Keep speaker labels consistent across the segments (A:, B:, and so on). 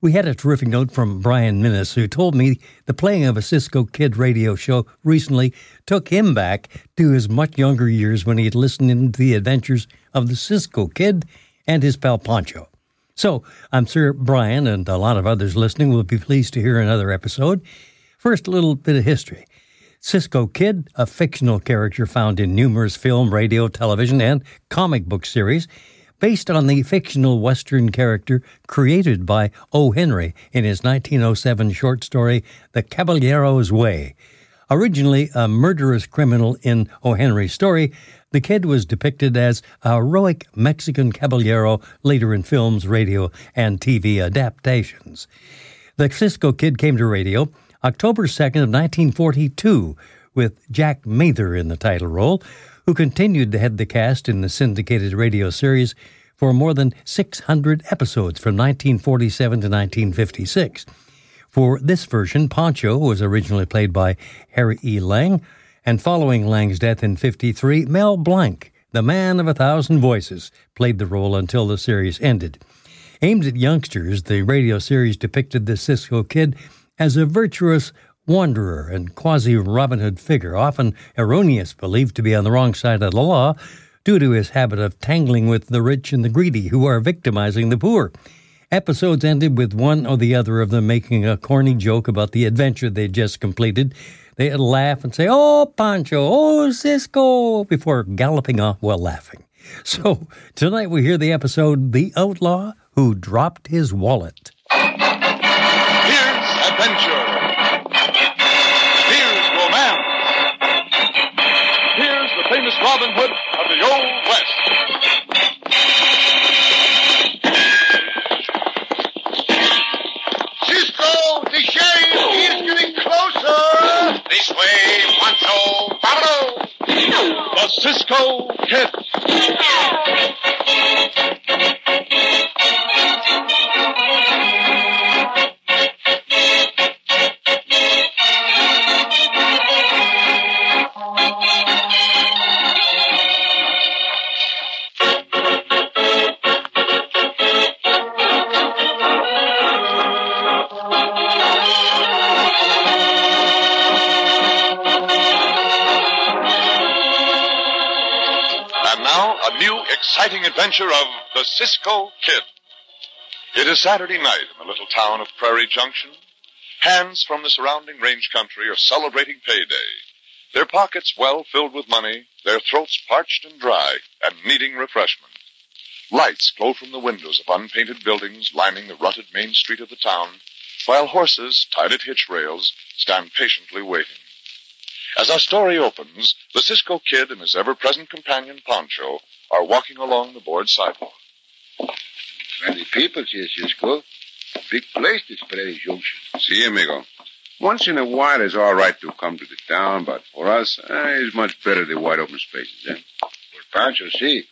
A: We had a terrific note from Brian Minnis, who told me the playing of a Cisco Kid radio show recently took him back to his much younger years when he had listened in to the adventures of the Cisco Kid and his pal Poncho. So I'm sure Brian and a lot of others listening will be pleased to hear another episode. First, a little bit of history. Cisco Kid, a fictional character found in numerous film, radio, television, and comic book series, based on the fictional Western character created by O. Henry in his 1907 short story, The Caballero's Way. Originally a murderous criminal in O. Henry's story, the kid was depicted as a heroic Mexican caballero later in films, radio, and TV adaptations. The Cisco Kid came to radio October 2nd of 1942 with Jack Mather in the title role, who continued to head the cast in the syndicated radio series for more than 600 episodes from 1947 to 1956. For this version, Poncho was originally played by Harry E. Lang, and following Lang's death in 53, Mel Blanc, the man of a thousand voices, played the role until the series ended. Aimed at youngsters, the radio series depicted the Cisco Kid as a virtuous wanderer and quasi Robin Hood figure, often erroneous, believed to be on the wrong side of the law due to his habit of tangling with the rich and the greedy who are victimizing the poor. Episodes ended with one or the other of them making a corny joke about the adventure they'd just completed. They'd laugh and say, Oh, Pancho, oh, Cisco, before galloping off while laughing. So tonight we hear the episode The Outlaw Who Dropped His Wallet.
B: Here's adventure. Here's romance. Here's the famous Robin Hood of the Old West. Cisco, the shade, he is getting closer. This way, Pancho, follow. The Cisco Kid. And now, a new exciting adventure of the Cisco Kid. It is Saturday night in the little town of Prairie Junction. Hands from the surrounding range country are celebrating payday, their pockets well filled with money, their throats parched and dry, and needing refreshment. Lights glow from the windows of unpainted buildings lining the rutted main street of the town, while horses, tied at hitch rails, stand patiently waiting. As our story opens, the Cisco Kid and his ever present companion Poncho are walking along the board sidewalk.
C: Many people here, Cisco. Big place, this Prairie Junction.
D: See, amigo. Once in a while, it's all right to come to the town, but for us, eh, it's much better the wide open spaces, eh?
C: For Pancho, see.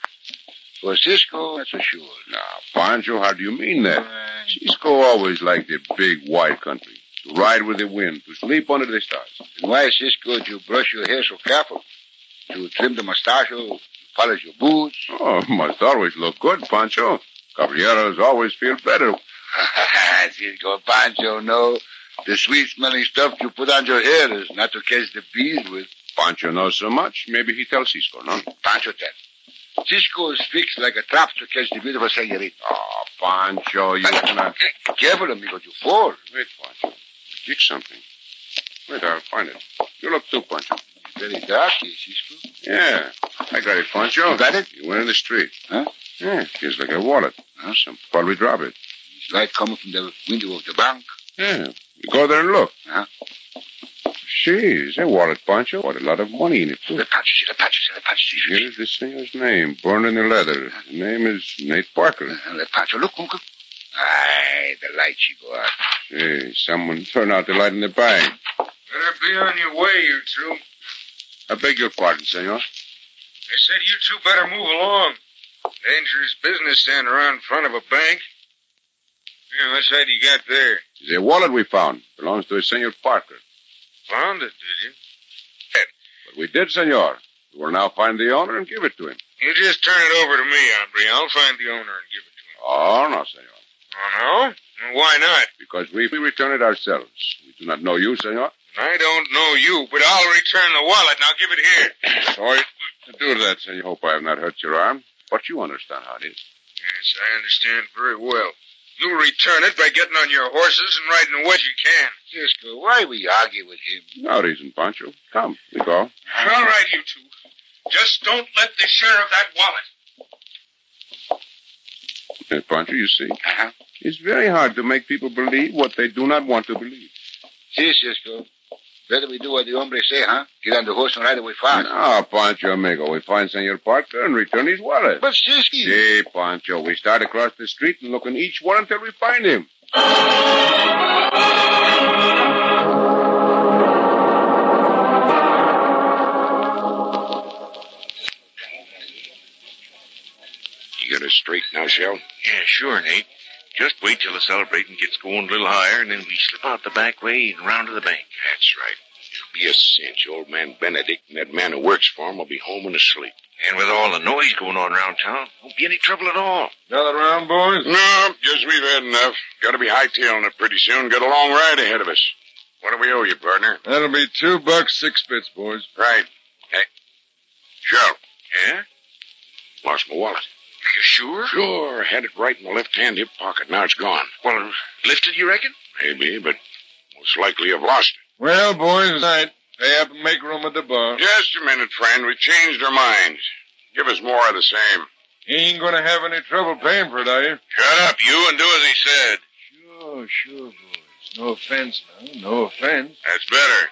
C: For Cisco, that's for sure.
D: Now, Pancho, how do you mean
C: Uh,
D: that? Cisco always liked the big, wide country. To ride with the wind, to sleep under the stars.
C: And why, Cisco, do you brush your hair so careful? You trim the mustacho, you polish your boots.
D: Oh, must always look good, Pancho. Caballeros always feel better.
C: Cisco, Pancho, no. The sweet smelling stuff you put on your hair is not to catch the bees with.
D: Pancho knows so much, maybe he tells Cisco, no?
C: Pancho that. Cisco is fixed like a trap to catch the beautiful senorita.
D: Oh, Pancho, you cannot...
C: Careful, amigo, you fall.
D: Wait, Pancho. You kick something. Wait, I'll find it. You look too, Pancho.
C: Very dark, eh, Cisco?
D: Yeah. I got it, Pancho.
C: You got it?
D: It went in the street.
C: Huh?
D: Yeah, feels like a wallet.
C: Huh?
D: Some probably dropped it.
C: It's light coming from the window of the bank. Uh-huh.
D: Yeah. We go there and look.
C: Huh?
D: Jeez, that wallet, Pancho. What a lot of money in it, too.
C: The patches, the patches, the patches.
D: Here is the singer's name, burned in the leather. The name is Nate Parker.
C: Uh, the patch. Look, Uncle. Aye, the light she go out.
D: Hey, someone turned out the light in the bag.
C: Better be on your way, you two.
D: I beg your pardon, senor.
C: They said you two better move along. Dangerous business standing around in front of a bank. Yeah, what side you got there?
D: It's a wallet we found. Belongs to a senor Parker.
C: Found it, did you?
D: But we did, senor. We will now find the owner and give it to him.
C: You just turn it over to me, Aubrey. I'll find the owner and give it to him.
D: Oh, no, senor.
C: Oh, no? Well, why not?
D: Because we, we return it ourselves. We do not know you, senor.
C: I don't know you, but I'll return the wallet and I'll give it here.
D: Sorry to do that, senor. Hope I have not hurt your arm. But you understand how it is.
C: Yes, I understand very well. You'll return it by getting on your horses and riding what you can. Cisco, why we argue with him?
D: No reason, Pancho. Come, we go.
C: All right, you two. Just don't let the sheriff that wallet.
D: Hey, Eh, Pancho, you see,
C: Uh-huh.
D: it's very hard to make people believe what they do not want to believe.
C: See, Cisco. Better we do what the hombre say, huh? Get on the horse and ride away fast.
D: Now, Pancho, amigo, we find Senor Parker and return his wallet.
C: But Cisco...
D: See, Pancho, we start across the street and look in each one until we find him.
E: You got a straight now, Shell?
F: Yeah, sure, Nate. Just wait till the celebrating gets going a little higher, and then we slip out the back way and round to the bank.
E: That's right. It'll be a cinch. Old man Benedict and that man who works for him will be home and asleep.
F: And with all the noise going on around town, won't be any trouble at all.
C: Another round, boys?
E: No, just we've had enough. Got to be hightailing it pretty soon. Got a long ride ahead of us. What do we owe you, partner?
C: That'll be two bucks, six bits, boys.
E: Right. Hey, Shell,
F: Yeah?
E: lost my wallet.
F: You sure?
E: Sure, had it right in the left-hand hip pocket. Now it's gone.
F: Well, lifted, you reckon?
E: Maybe, but most likely I've lost it.
C: Well, boys, all right. Pay up and make room at the bar.
E: Just a minute, friend. We changed our minds. Give us more of the same.
C: You ain't gonna have any trouble paying for it, are you?
E: Shut up, you, and do as he said.
C: Sure, sure, boys. No offense now. No offense.
E: That's better.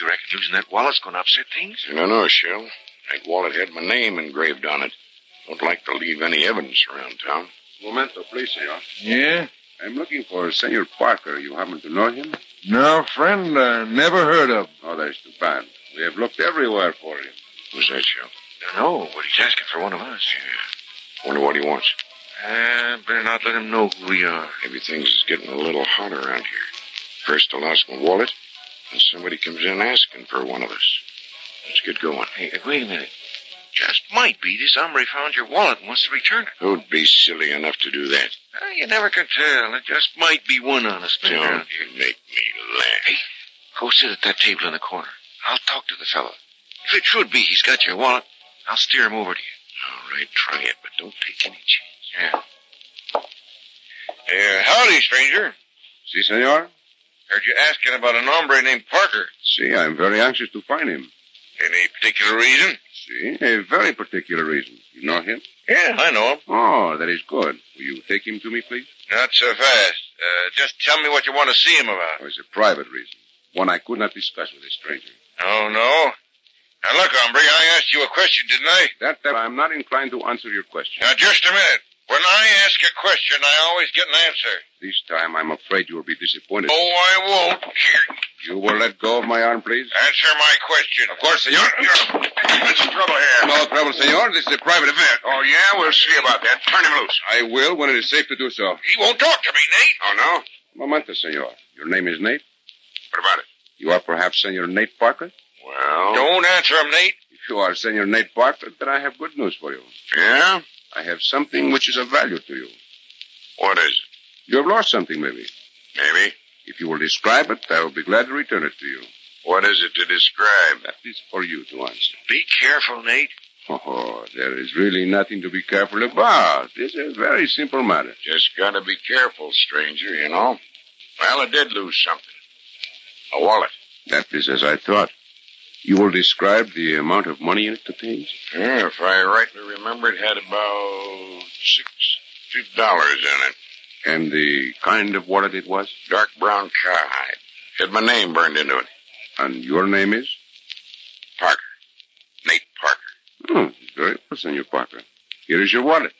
F: You reckon losing that wallet's going to upset things?
E: No, no, Shell. That wallet had my name engraved on it. Don't like to leave any evidence around town.
D: Momento, please, senor.
C: Yeah?
D: I'm looking for Senor Parker. You happen to know him?
C: No, friend, I never heard of.
D: Oh, that's too bad. We have looked everywhere for him.
E: Who's that, Shell?
F: No, but he's asking for one of us.
E: Wonder what he wants.
F: Uh, better not let him know who we are.
E: Maybe things is getting a little hot around here. First I lost my wallet, and somebody comes in asking for one of us. Let's get going.
F: Hey, wait a minute. Just might be this hombre found your wallet and wants to return it.
E: Who'd be silly enough to do that?
F: Uh, you never can tell. It just might be one on us.
E: Don't make me laugh.
F: Go sit at that table in the corner. I'll talk to the fellow. If it should be he's got your wallet, I'll steer him over to you.
E: All right, try it, but don't take any chance.
F: Yeah.
E: Uh, howdy, stranger.
D: See, senor?
E: Heard you asking about an hombre named Parker.
D: See, I'm very anxious to find him.
E: Any particular reason?
D: See, a very particular reason. You know him?
E: Yeah, I know him.
D: Oh, that is good. Will you take him to me, please?
E: Not so fast. Uh, just tell me what you want to see him about.
D: Oh, it's a private reason. One I could not discuss with a stranger.
E: Oh, no. Now, look, hombre, I asked you a question, didn't I?
D: That, that I'm not inclined to answer your question.
E: Now, just a minute. When I ask a question, I always get an answer.
D: This time, I'm afraid you will be disappointed.
E: Oh, I won't. Here,
D: You will let go of my arm, please?
E: Answer my question. Of course, senor. There's trouble here.
D: No trouble, senor. This is a private event.
E: Oh, yeah? We'll see about that. Turn him loose.
D: I will when it is safe to do so.
E: He won't talk to me, Nate. Oh, no?
D: Momento, senor. Your name is Nate?
E: What about it?
D: You are perhaps Senor Nate Parker?
E: Well. Don't answer him, Nate.
D: If you are Senor Nate Parker, then I have good news for you.
E: Yeah?
D: I have something which is of value to you.
E: What is it?
D: You have lost something, maybe.
E: Maybe.
D: If you will describe it, I will be glad to return it to you.
E: What is it to describe?
D: That is for you to answer.
F: Be careful, Nate.
D: Oh, there is really nothing to be careful about. It's a very simple matter.
E: Just gotta be careful, stranger, you know. Well, I did lose something. A wallet.
D: That is as I thought. You will describe the amount of money it contains?
E: Yeah, if I rightly remember, it had about six dollars in it.
D: And the kind of wallet it was?
E: Dark brown cowhide. Had my name burned into it.
D: And your name is?
E: Parker. Nate Parker.
D: Oh, very well, Senor Parker. Here is your wallet.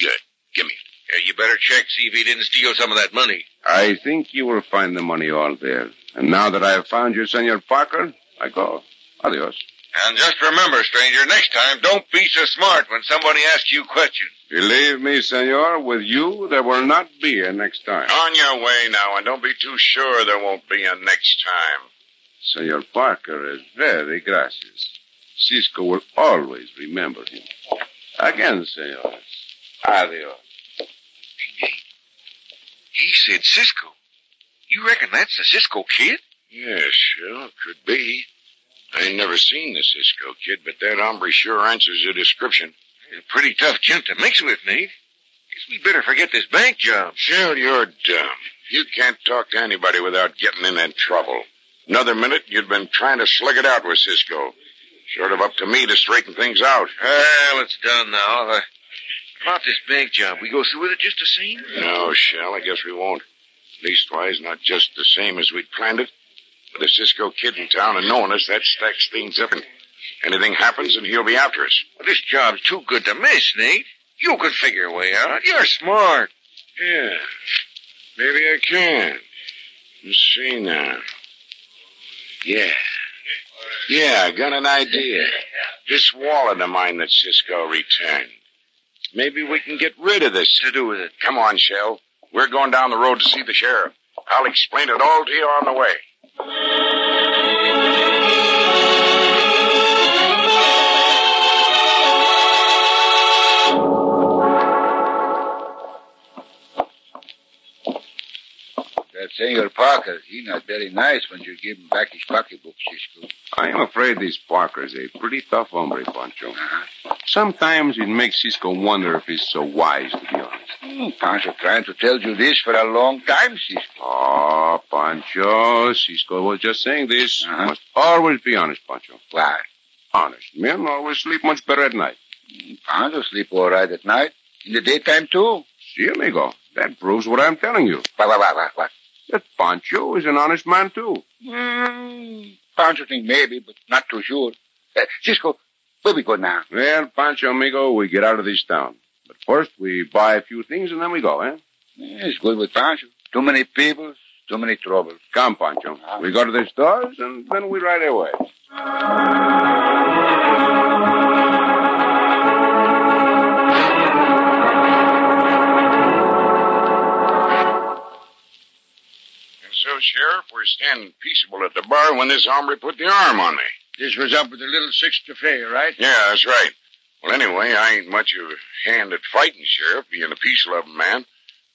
F: Good. Give me it. Uh, you better check, see if he didn't steal some of that money.
D: I think you will find the money all there. And now that I have found you, Senor Parker, I go. Adios.
E: And just remember, stranger, next time, don't be so smart when somebody asks you questions.
D: Believe me, senor, with you, there will not be a next time.
E: On your way now, and don't be too sure there won't be a next time.
D: Senor Parker is very gracious. Cisco will always remember him. Again, senor. Adios.
F: He said Cisco. You reckon that's the Cisco kid?
E: Yeah, sure, could be. I ain't never seen the Cisco kid, but that hombre sure answers the description.
F: He's a pretty tough gent to mix with, Nate. Guess we better forget this bank job.
E: Phil, you're dumb. You can't talk to anybody without getting in that trouble. Another minute, you'd been trying to slug it out with Cisco. Sort of up to me to straighten things out.
F: Well, it's done now. Uh, about this bank job, we go through with it just the same?
E: No, Shell, I guess we won't. Leastwise, not just the same as we'd planned it. With the Cisco kid in town and knowing us, that stacks things up. And anything happens, and he'll be after us.
F: Well, this job's too good to miss, Nate. You could figure a way out. You're smart.
E: Yeah, maybe I can. Let's see now. Yeah. Yeah, I got an idea. This wallet of mine that Cisco returned. Maybe we can get rid of this.
F: To do with it.
E: Come on, Shell. We're going down the road to see the sheriff. I'll explain it all to you on the way.
G: That Senor Parker, he not very nice when you give him back his pocketbook, Cisco.
D: I am afraid this Parker is a pretty tough hombre, Pancho. Sometimes it makes Cisco wonder if he's so wise, to be honest.
G: Hmm, Pancho trying to tell you this for a long time, Cisco.
D: Oh, Pancho, Cisco was just saying this.
G: Uh-huh.
D: Must always be honest, Pancho.
G: Why?
D: Honest. Men always sleep much better at night.
G: Hmm, Pancho sleep all right at night. In the daytime, too.
D: See, amigo, that proves what I'm telling you.
G: What, what, what, what, what?
D: That Pancho is an honest man, too.
G: Hmm, Pancho think maybe, but not too sure. Uh, Cisco, where we go now?
D: Well, Pancho, amigo, we get out of this town. But first, we buy a few things and then we go, eh?
G: Yeah, it's good with Pancho. Too many people, too many troubles.
D: Come, Pancho. We go to the stores and then we ride away.
E: And so, Sheriff, we're standing peaceable at the bar when this hombre put the arm on me.
G: This was up with the little six to fair, right?
E: Yeah, that's right. Well, anyway, I ain't much of a hand at fighting, Sheriff, being a peace-loving man.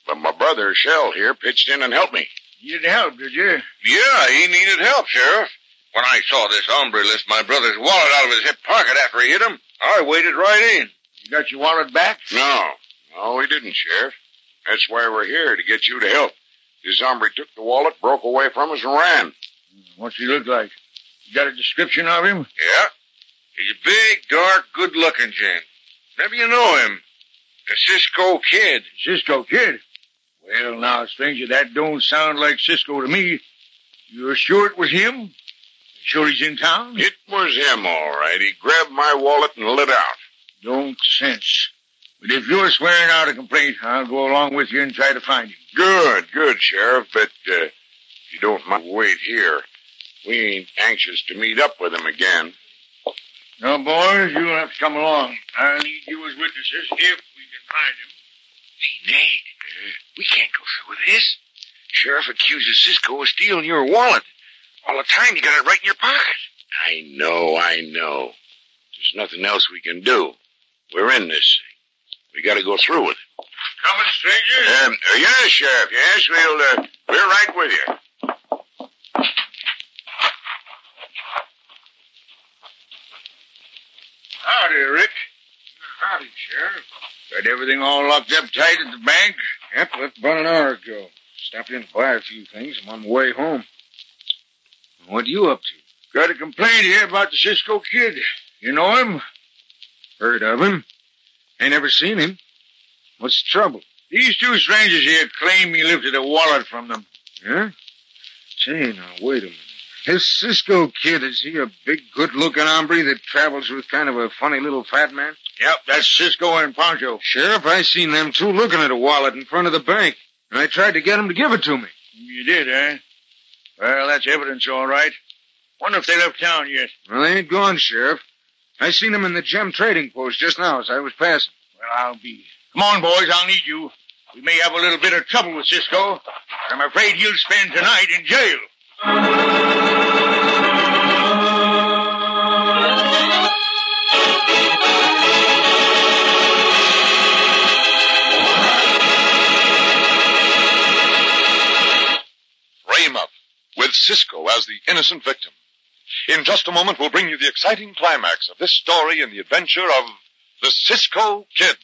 E: But my brother, Shell, here, pitched in and helped me.
G: You did help, did you?
F: Yeah, he needed help, Sheriff. When I saw this hombre lift my brother's wallet out of his hip pocket after he hit him, I waded right in.
G: You got your wallet back?
E: No, no, he didn't, Sheriff. That's why we're here, to get you to help. This hombre took the wallet, broke away from us, and ran.
G: What's he look like? You got a description of him?
F: Yeah. He's a big, dark, good-looking gent. Maybe you know him. The Cisco kid.
G: Cisco Kid. Well, now, stranger, that don't sound like Cisco to me. You're sure it was him? Sure he's in town?
E: It was him, all right. He grabbed my wallet and lit out.
G: Don't sense. But if you're swearing out a complaint, I'll go along with you and try to find him.
E: Good, good, Sheriff, but uh, if you don't mind, wait here. We ain't anxious to meet up with him again.
G: Now, boys, you'll have to come along. I'll need you as witnesses if we can find him.
F: Hey, Nate. We can't go through with this. Sheriff accuses Cisco of stealing your wallet. All the time you got it right in your pocket.
E: I know, I know. There's nothing else we can do. We're in this thing. We gotta go through with it.
G: Coming, stranger?
E: Um, uh, yes, Sheriff, yes, we'll, uh, we're right with you.
G: Howdy, Rick. Howdy, Sheriff. Got everything all locked up tight at the bank? Yep, left about an hour ago. Stopped in to buy a few things. I'm on the way home. What are you up to? Got a complaint here about the Cisco kid. You know him? Heard of him? Ain't never seen him. What's the trouble? These two strangers here claim he lifted a wallet from them. Yeah? Say, now, wait a minute. This Cisco kid, is he a big, good-looking hombre that travels with kind of a funny little fat man? Yep, that's Cisco and Poncho. Sheriff, I seen them two looking at a wallet in front of the bank, and I tried to get 'em to give it to me. You did, eh? Well, that's evidence, all right. Wonder if they left town yet. Well, they ain't gone, Sheriff. I seen 'em in the gem trading post just now as I was passing. Well, I'll be. Come on, boys, I'll need you. We may have a little bit of trouble with Cisco, but I'm afraid he'll spend tonight in jail.
B: Frame Up, with Cisco as the innocent victim. In just a moment, we'll bring you the exciting climax of this story in the adventure of the Cisco Kid.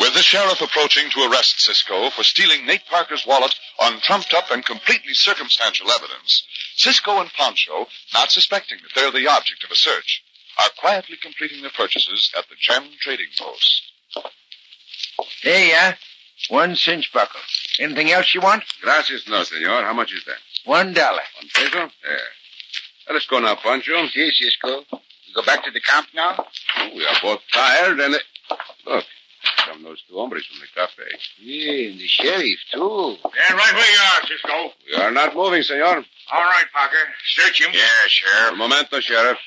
B: With the sheriff approaching to arrest Cisco for stealing Nate Parker's wallet on trumped up and completely circumstantial evidence, Cisco and Poncho, not suspecting that they're the object of a search, are quietly completing their purchases at the gem trading post.
G: There you are. One cinch buckle. Anything else you want?
D: Gracias, no, senor. How much is that?
G: One dollar.
D: One peso? There. Let us go now, Pancho. Oh,
E: See, Cisco. You go back to the camp now?
D: We are both tired and... Look, come those two hombres from the cafe.
E: Yeah, and the sheriff, too.
G: Stand right where you are, Cisco. All
D: We are not moving, senor.
G: right, Parker. Search him.
E: Yeah, Sheriff.
D: Un momento, sheriff.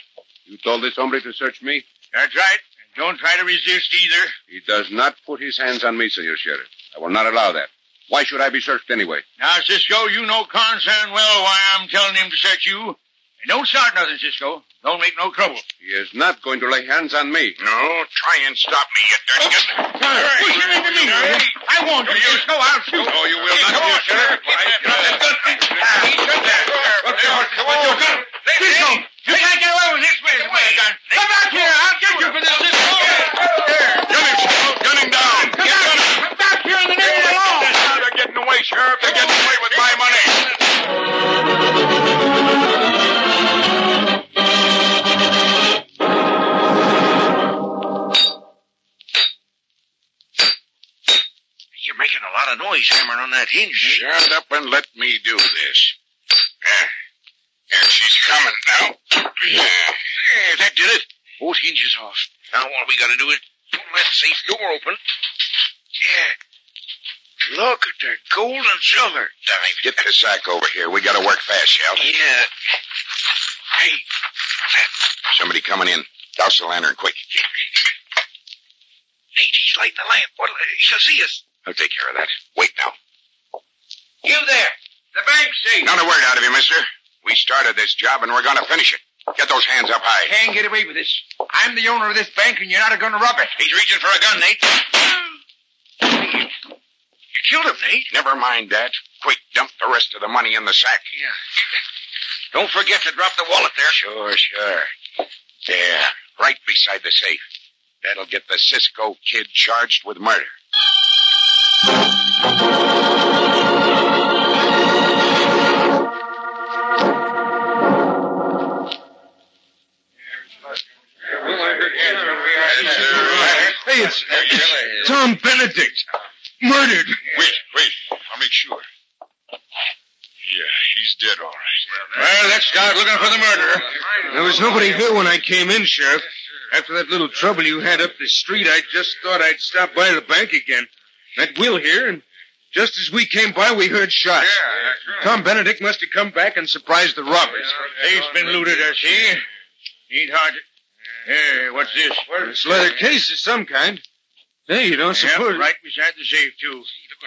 D: You told this hombre to search me?
G: That's right. And don't try to resist either.
D: He does not put his hands on me, senor sheriff. I will not allow that. Why should I be searched anyway?
G: Now, Cisco, you know concern well why I'm telling him to search you. And don't start nothing, Cisco. Don't make no trouble.
D: He is not going to lay hands on me.
E: No, try and stop me, you dirty good.
G: Push him into me. I won't. You, Cisco. I'll shoot.
D: Oh, you will not,
E: Come on,
D: senor
E: Sheriff.
D: sheriff.
E: Get that gun. Ah, he shot that. Sheriff, come on, you gun.
G: Cisco, you can't get away with this way. Come back here. I'll get you for this, Cisco.
B: Gun him, Cisco! Gun him down! Get him!
G: Come back here in the name of the law.
B: They're getting away, Sheriff. They're getting away with my money.
F: You're making a lot of noise hammering on that hinge. Nate.
E: Shut up and let me do this. Yeah. And she's coming now. Yeah.
F: There, that did it. Both hinges off. Now all we gotta do is pull that safe door open. Yeah. Look at that gold and silver.
E: Dive. Get the sack over here. We gotta work fast, Shell.
F: Yeah. Hey,
E: Somebody coming in. Douse the lantern quick.
F: Nate, he's lighting the lamp. What, she'll see us.
E: I'll take care of that. Wait now.
F: You there. The bank safe.
E: Not a word out of you, mister. We started this job and we're gonna finish it. Get those hands up high.
G: Can't get away with this. I'm the owner of this bank, and you're not going to rob it.
E: He's reaching for a gun, Nate.
F: You killed him, Nate.
E: Never mind that. Quick, dump the rest of the money in the sack.
F: Yeah.
E: Don't forget to drop the wallet there. Sure, sure. Yeah, right beside the safe. That'll get the Cisco kid charged with murder.
G: Hey, it's, Tom Benedict. Murdered.
B: Wait, wait. I'll make sure. Yeah, he's dead, all right.
G: Well, let's start looking for the murderer. There was nobody here when I came in, Sheriff. After that little trouble you had up the street, I just thought I'd stop by the bank again. Met Will here, and just as we came by, we heard shots. Tom Benedict must have come back and surprised the robbers. They've been looted, I see. Ain't hard to... Hey, what's this? It's leather case of some kind. Hey, you don't suppose... right beside the safe, too.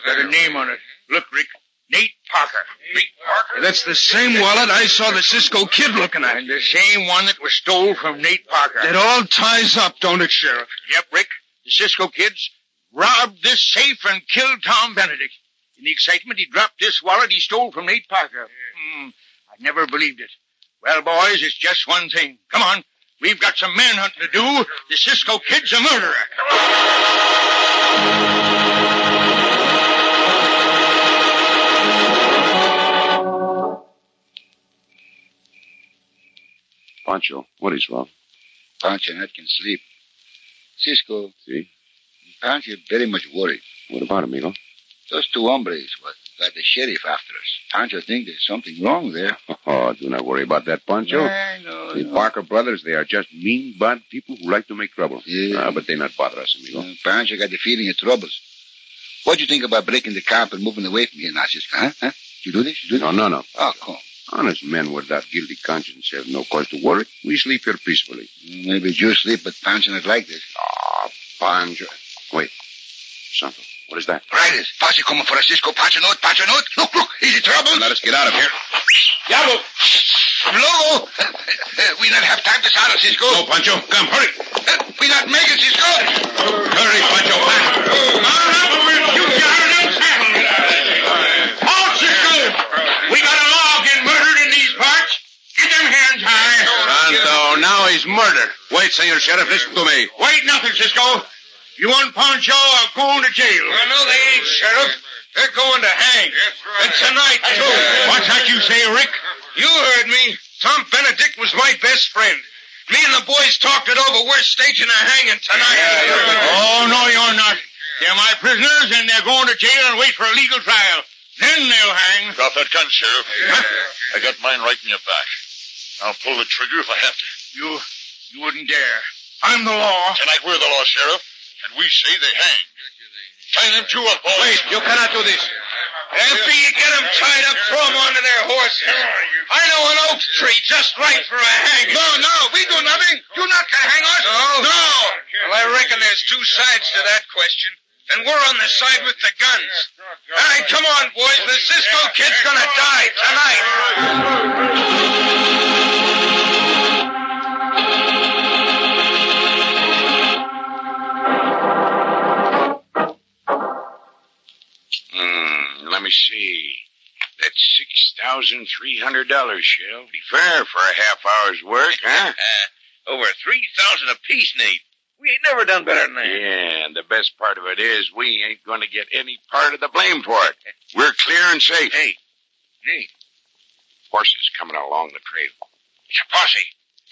G: Got a name on it. Look, Rick. Nate Parker. Nate Parker? That's the same wallet I saw the Cisco kid looking at. And the same one that was stole from Nate Parker. It all ties up, don't it, Sheriff? Yep, Rick. The Cisco kids robbed this safe and killed Tom Benedict. In the excitement, he dropped this wallet he stole from Nate Parker. Hmm, I never believed it. Well, boys, it's just one thing. Come on. We've got some manhunting to do. The Cisco kid's a murderer.
D: Pancho, what is wrong?
H: Pancho not can sleep. Cisco.
D: See?
H: Pancho very much worried.
D: What about him, amigo?
H: Those two hombres was got the sheriff after us. Pancho think there's something wrong there.
D: Oh, do not worry about that, Pancho.
H: I know.
D: the
H: no.
D: Parker brothers, they are just mean, bad people who like to make trouble.
H: Yeah.
D: Ah, but they not bother us, amigo.
H: Uh, Pancho got the feeling of troubles. What do you think about breaking the camp and moving away from here, now, Cisco? Huh? huh? You do this? You do this?
D: No, no, no.
H: Oh, come.
D: Honest men without guilty conscience have no cause to worry. We sleep here peacefully.
H: Maybe you sleep, but Pancho not like this.
D: Ah, Pancho. Wait. Santo, what is that?
H: Riders, Pancho coming for us, Cisco. Pancho note, Pancho note. Look, look, is it trouble?
D: Let us get out of here.
H: Diablo! Logo! we not have time to saddle, Cisco.
D: Go, Pancho. Come, hurry.
H: We not make it, Cisco.
D: Hurry, Pancho.
G: We got a law against murder in these parts. Get them hands
E: Oh,
G: high.
D: Santo, now is murder. Wait, Senor Sheriff, listen to me.
G: Wait, nothing, Cisco. You and Poncho are going to jail. I know they ain't, Sheriff. They're going to hang. And tonight, too. What's that you say, Rick? You heard me. Tom Benedict was my best friend. Me and the boys talked it over. We're staging a hanging tonight. Oh, no, you're not. They're my prisoners, and they're going to jail and wait for a legal trial. Then they'll hang.
B: Drop that gun, Sheriff. I got mine right in your back. I'll pull the trigger if I have to.
G: You, you wouldn't dare. I'm the law.
B: Tonight we're the law, Sheriff, and we say they hang. Tie them two up, boys.
G: Wait, you cannot do this. After you get them tied up, throw them onto their horses. I know an oak tree just right for a hanging. No, no, we do nothing. You not can hang us. No, no. Well, I reckon there's two sides to that question, and we're on the side with the guns. All right, come on, boys. The Cisco kid's gonna die tonight.
E: Hmm, let me see. That's six thousand three hundred dollars, Shell. Be fair for a half hour's work, huh?
F: Uh, over 3,000 apiece, Nate. We ain't never done better than that.
E: Yeah, and the best part of it is we ain't going to get any part of the blame for it. We're clear and safe. Hey,
F: Hey,
E: horses coming along the trail.
F: it's a posse.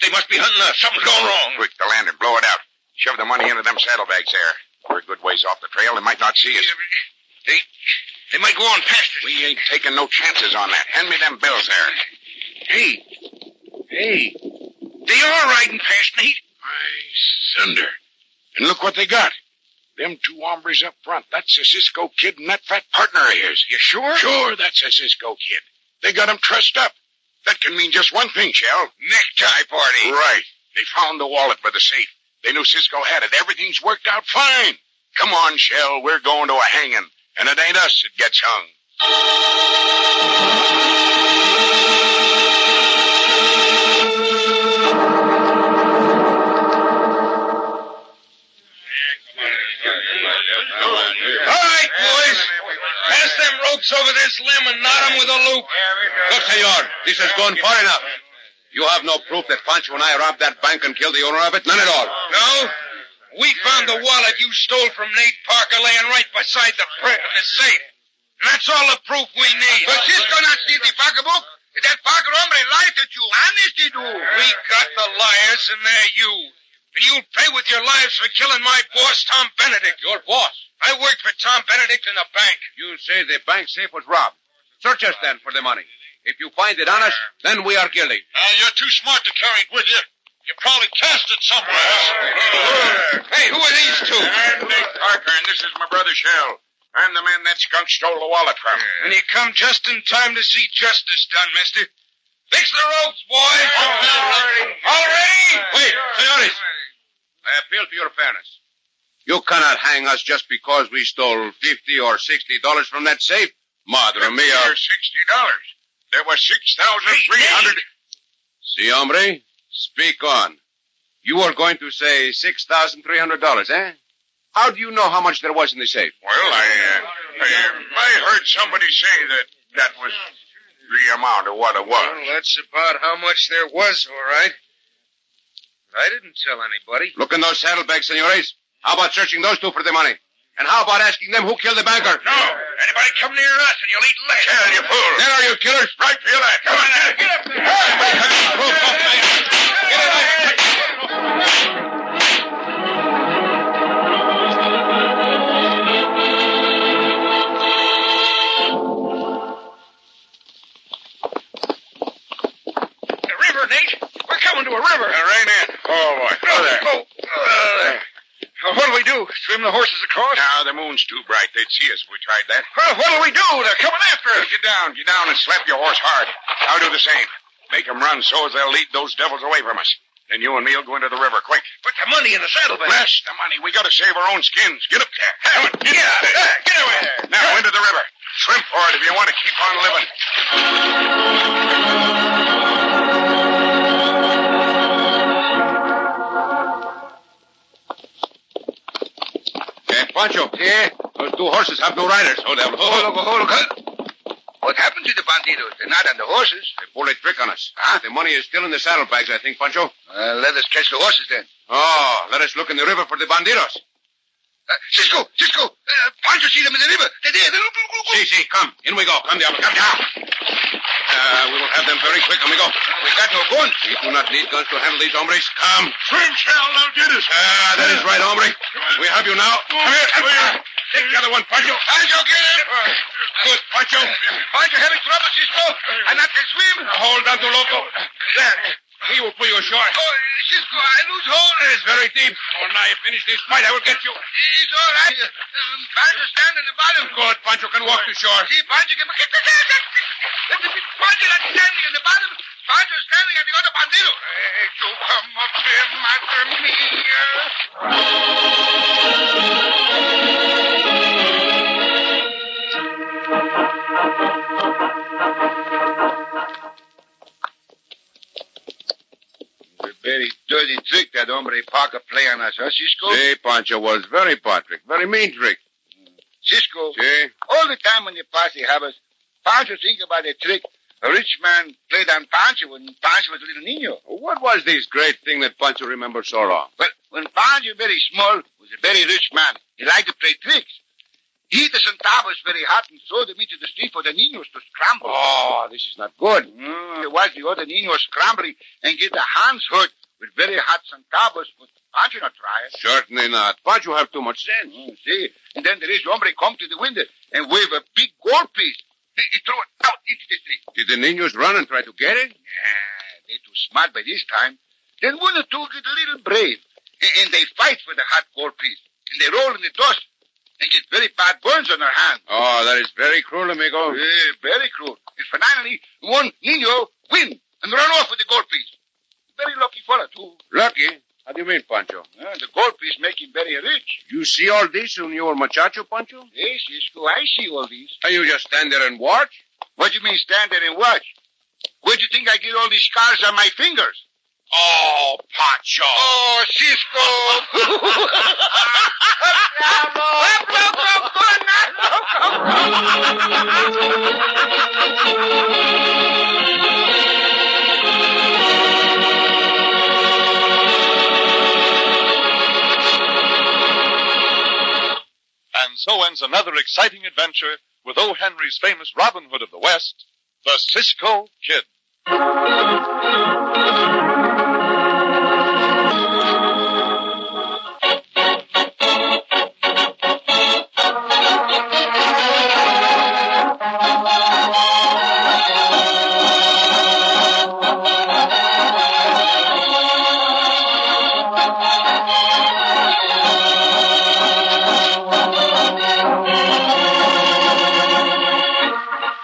F: They must be hunting us. Something's going wrong.
E: Quick, the lantern, blow it out. Shove the money into them saddlebags there. We're a good ways off the trail. They might not see us.
F: They, they might go on past us.
E: We ain't taking no chances on that. Hand me them bills there.
F: Hey, hey, they are riding past, Nate.
E: My thunder. And look what they got. Them two hombres up front. That's a Cisco kid and that fat partner of his. You sure? Sure, that's a Cisco kid. They got him trussed up. That can mean just one thing, Shell.
F: Necktie party.
E: Right. They found the wallet by the safe. They knew Cisco had it. Everything's worked out fine. Come on, Shell. We're going to a hanging. And it ain't us that gets hung.
G: All right, boys. Pass them ropes over this limb and knot them with a loop.
D: Look, senor, this has gone far enough. You have no proof that Pancho and I robbed that bank and killed the owner of it? None at all.
G: No? We found the wallet you stole from Nate Parker laying right beside the print of the safe. And that's all the proof we need. But Cisco not see the pocketbook? That Parker hombre lied to you. Honestly, do. We got the liars, and they're you. And you'll pay with your lives for killing my boss, Tom Benedict. Your boss? I worked for Tom Benedict in the bank.
D: You say the bank safe was robbed. Search us then for the money. If you find it honest, then we are guilty.
G: Uh,
B: Now, you're too smart to carry it with you. You probably cast it somewhere else.
G: Hey, who are these two?
E: I'm Nate Parker, and this is my brother Shell. I'm the man that skunk stole the wallet from.
G: And you come just in time to see justice done, mister. Fix the ropes, boys. All ready?
D: Wait, senores. I appeal to your fairness. You cannot hang us just because we stole 50 or 60 dollars from that safe. Madre mia.
E: sixty dollars. There was six thousand three hundred.
D: Si, hombre, speak on. You are going to say $6,300, eh? How do you know how much there was in the safe?
E: Well, I, uh, I, I heard somebody say that that was the amount of what it was.
C: Well, that's about how much there was, all right. But I didn't tell anybody.
D: Look in those saddlebags, senores. How about searching those two for the money? And how about asking them who killed the banker?
F: No! Anybody come near us and you'll eat lead.
E: Hell, you fool!
D: There are you killers!
E: Right for your left! Come on now! Get up there!
F: The river, Nate. We're coming to a river.
E: Rain in. Oh, boy. Oh, there.
F: Oh, uh, there. Now, what'll we do? Swim the horses across?
E: Now, the moon's too bright. They'd see us if we tried that.
F: Well, what'll we do? They're coming after us.
E: Get down, get down, and slap your horse hard. I'll do the same. Make 'em run so as they'll lead those devils away from us. Then you and me'll go into the river quick.
F: Put the money in the saddlebag.
E: Blast the money. We gotta save our own skins. Get up there. Come on,
F: Get out of there. Get away there.
E: Now, into the river. Swim for it if you want to keep on living.
D: Eh, Pancho. Yeah? Those two horses have no riders. Hold them.
F: look,
D: Hold
F: oh, look. What happened to the bandidos? They're not on the horses.
D: They pulled a trick on us. The money is still in the saddlebags, I think, Pancho.
F: Uh, let us catch the horses then.
D: Oh, let us look in the river for the bandidos.
F: Uh, Cisco, Cisco, uh, Pancho see them in the river. They're there. They're...
D: See, see, come. In we go. Come down. Come down.
F: Ah,
D: Uh, we will have them very quick, amigo. We got no guns. We do not need guns to handle these hombres. Come.
E: Swim, Shell. They'll get us.
D: Ah, that is right, hombre. We have you now. Come here. Come here. Take the other one, Pancho.
F: Pancho, get him.
D: Good, Pancho.
F: Pancho having trouble, Cisco. And not can swim.
D: Hold on to Loco. There. He will pull you ashore.
F: Oh, Cisco, I lose hold.
D: It is very deep. When I finish this fight, I will get you.
F: It's all right. Um, Pancho stand in the bottom.
D: Good, Pancho can walk to shore.
F: See, Pancho can... Get the... Let the Pancho not standing in the bottom. Pancho standing at the other bandito. Hey, you come up here, mother mia.
C: Very dirty trick that hombre Parker play on us, huh,
F: Oh.
C: Cisco?
D: See, Pancho was very Patrick. Very mean trick.
C: Cisco,
D: See?
C: all the time when you pass the harvest, Pancho think about a trick a rich man played on Pancho when Pancho was a little niño.
D: What was this great thing that Pancho remembered so long?
C: Well, when Pancho very small, was a very rich man. He liked to play tricks. He Heat the centavos very hot and throw them into the street for the niños to scramble.
D: Oh, this is not good.
C: Mm, there was the other niños scrambling and get their hands hurt with very hot centavos, but Pancho not try it.
D: Certainly not. Pancho have too much sense.
C: Mm, see? And then the rich hombre come to the window and wave a big gold piece. He, he throw it out into the street.
D: Did the niños run and try to get it?
C: Ah, they too smart by this time. Then one or two get a little brave, and, and they fight for the hot gold piece. And they roll in the dust and get very bad burns on their hands.
D: Oh, that is very cruel, amigo.
C: Eh, very cruel. And finally, one niño win and run off with the gold piece. Very lucky fella, too.
D: Lucky? How do you mean, Pancho?
C: Ah, the gold piece make him very rich.
D: You see all this
C: e
D: in your muchacho, Pancho?
C: Yes, Cisco, I see all this.
D: And you just stand there and watch?
C: What do you mean stand there and watch? Where do you think I get all these scars on my fingers?
D: Oh, Pancho.
C: Oh, Cisco!
B: And so ends another exciting adventure with O. Henry's famous Robin Hood of the West, the Cisco Kid.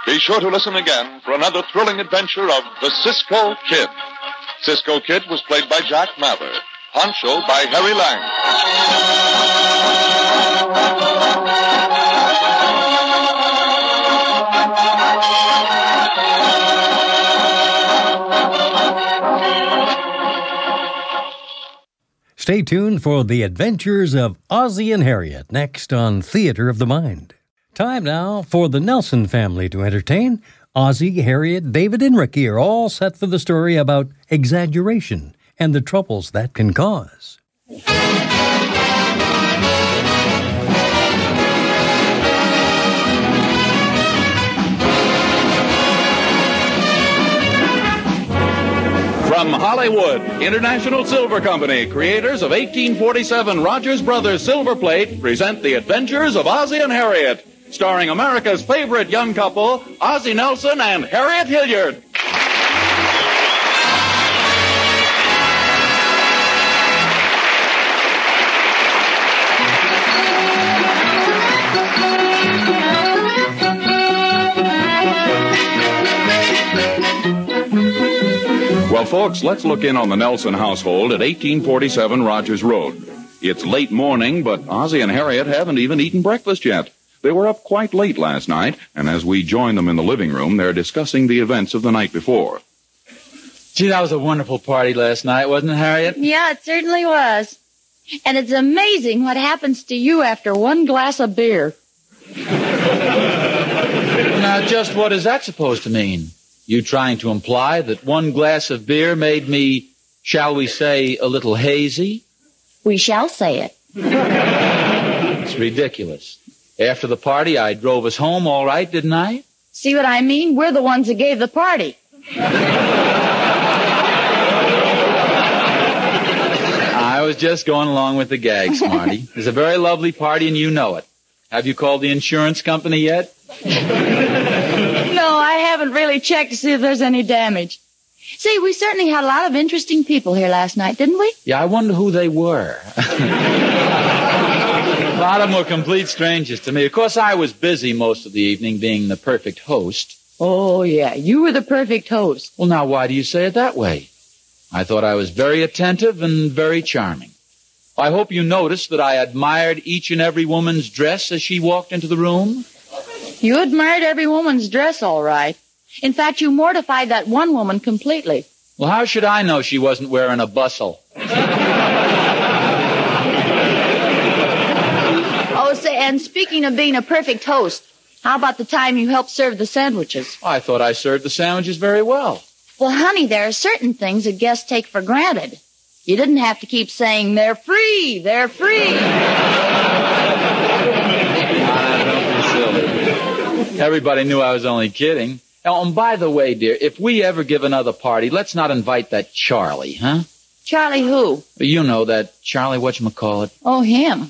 B: Be sure to listen again for another thrilling adventure of The Cisco Kid. Cisco Kid was played by Jack Mather, Pancho by Harry Lang.
A: Stay Stay tuned for the adventures of Ozzie and Harriet next on Theater of the Mind. Time now for the Nelson family to entertain. Ozzie, Harriet, David, and Ricky are all set for the story about exaggeration and the troubles that can cause.
I: From Hollywood, International Silver Company, creators of 1847 Rogers Brothers Silver Plate, present The Adventures of Ozzie and Harriet, starring America's favorite young couple, Ozzie Nelson and Harriet Hilliard. Well, folks, let's look in on the Nelson household at 1847 Rogers Road. It's late morning, but Ozzie and Harriet haven't even eaten breakfast yet. They were up quite late last night, and as we join them in the living room, they're discussing the events of the night before.
J: Gee, that was a wonderful party last night, wasn't it, Harriet?
K: Yeah, it certainly was. And it's amazing what happens to you after one glass of beer.
J: Now, just what is that supposed to mean? You trying to imply that one glass of beer made me, shall we say, a little hazy?
K: We shall say it.
J: It's ridiculous. After the party, I drove us home all right, didn't I?
K: See what I mean? We're the ones that gave the party.
J: I was just going along with the gags, Marty. It's a very lovely party, and you know it. Have you called the insurance company yet?
K: No, I haven't really checked to see if there's any damage. See, we certainly had a lot of interesting people here last night, didn't we?
J: Yeah, I wonder who they were. a lot of them were complete strangers to me. Of course, I was busy most of the evening being the perfect host.
K: Oh, yeah, you were the perfect host.
J: Well, now, why do you say it that way? I thought I was very attentive and very charming. I hope you noticed that I admired each and every woman's dress as she walked into the room.
K: You admired every woman's dress, all right. In fact, you mortified that one woman completely.
J: Well, how should I know she wasn't wearing a bustle?
K: Oh, say, and speaking of being a perfect host, how about the time you helped serve the sandwiches?
J: I thought I served the sandwiches very well.
K: Well, honey, there are certain things that guests take for granted. You didn't have to keep saying, they're free, they're free.
J: Everybody knew I was only kidding. Oh, and by the way, dear, if we ever give another party, let's not invite that Charlie, huh?
K: Charlie who?
J: You know that Charlie whatchamacallit.
K: Oh, him.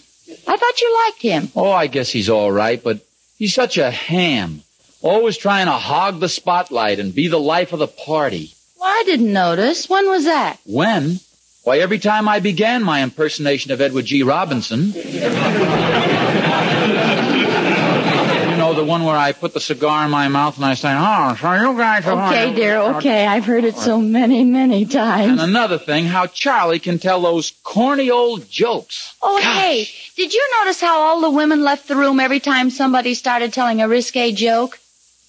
K: I thought you liked him.
J: Oh, I guess he's all right, but he's such a ham. Always trying to hog the spotlight and be the life of the party.
K: Well, I didn't notice. When was that?
J: When? Why, every time I began my impersonation of Edward G. Robinson. you know, the one where I put the cigar in my mouth and I say, oh, so you guys are...
K: Okay, dear, okay. I've heard it so many, many
J: And
K: times.
J: another thing, how Charlie can tell those corny old jokes.
K: Oh, hey, did you notice how all the women left the room every time somebody started telling a risque joke?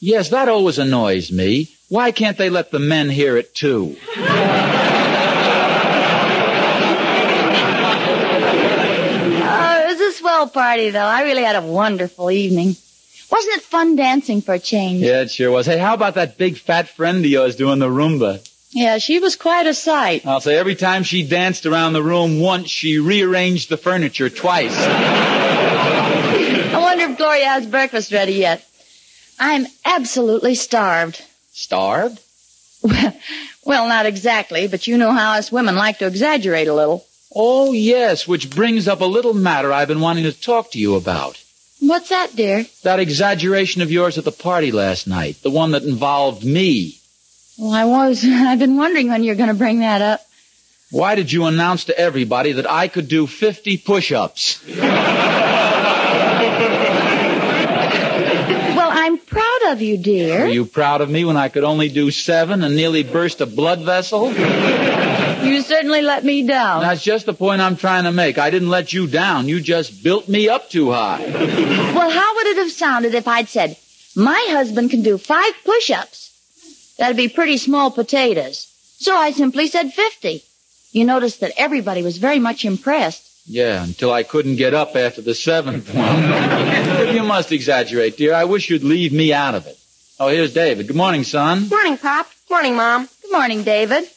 J: Yes, that always annoys me. Why can't they let the men hear it, too?
K: Oh, it was a swell party, though. I really had a wonderful evening. Wasn't it fun dancing for a change?
J: Yeah, it sure was. Hey, how about that big fat friend of yours doing the Roomba?
K: Yeah, she was quite a sight.
J: I'll say every time she danced around the room once, she rearranged the furniture twice.
K: I wonder if Gloria has breakfast ready yet. I'm absolutely starved.
J: Starved?
K: Well, not exactly, but you know how us women like to exaggerate a little.
J: Oh, yes, which brings up a little matter I've been wanting to talk to you about.
K: What's that, dear?
J: That exaggeration of yours at the party last night, the one that involved me.
K: Well, I was. I've been wondering when you're going to bring that up.
J: Why did you announce to everybody that I could do 50 push-ups?
K: Well, I'm proud of you,
J: Were
K: dear.
J: you proud of me when I could only do seven and nearly burst a blood vessel?
K: You certainly let me down.
J: That's just the point I'm trying to make. I didn't let you down. You just built me up too high.
K: Well, how would it have sounded if I'd said, My husband can do five push ups? That'd be pretty small potatoes. So I simply said 50. You noticed that everybody was very much impressed.
J: Yeah, until I couldn't get up after the seventh one. you must exaggerate, dear. I wish you'd leave me out of it. Oh, here's David. Good morning, son.
L: Morning, Pop. Morning, Mom.
K: Good morning, David.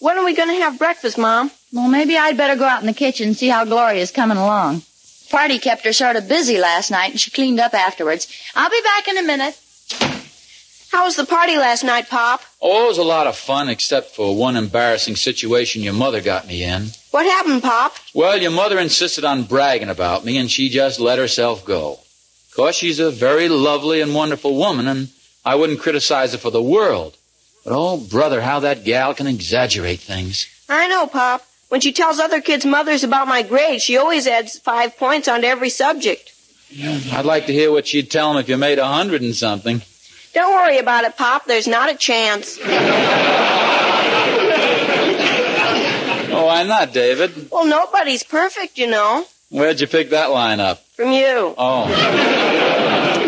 L: When are we going to have breakfast, Mom?
K: Well, maybe I'd better go out in the kitchen and see how Gloria's coming along. Party kept her sort of busy last night, and she cleaned up afterwards. I'll be back in a minute.
L: How was the party last night, Pop?
J: Oh, it was a lot of fun, except for one embarrassing situation your mother got me in.
L: What happened, Pop?
J: Well, your mother insisted on bragging about me, and she just let herself go. 'Course she's a very lovely and wonderful woman, and I wouldn't criticize her for the world. But oh, brother, how that gal can exaggerate things.
L: I know, Pop. When she tells other kids' mothers about my grades, she always adds five points onto every subject.
J: I'd like to hear what she'd tell 'em if you made a hundred and something.
L: Don't worry about it, Pop. There's not a chance.
J: Oh, I'm not, David.
L: Well, nobody's perfect, you know.
J: Where'd you pick that line up?
L: From you.
J: Oh.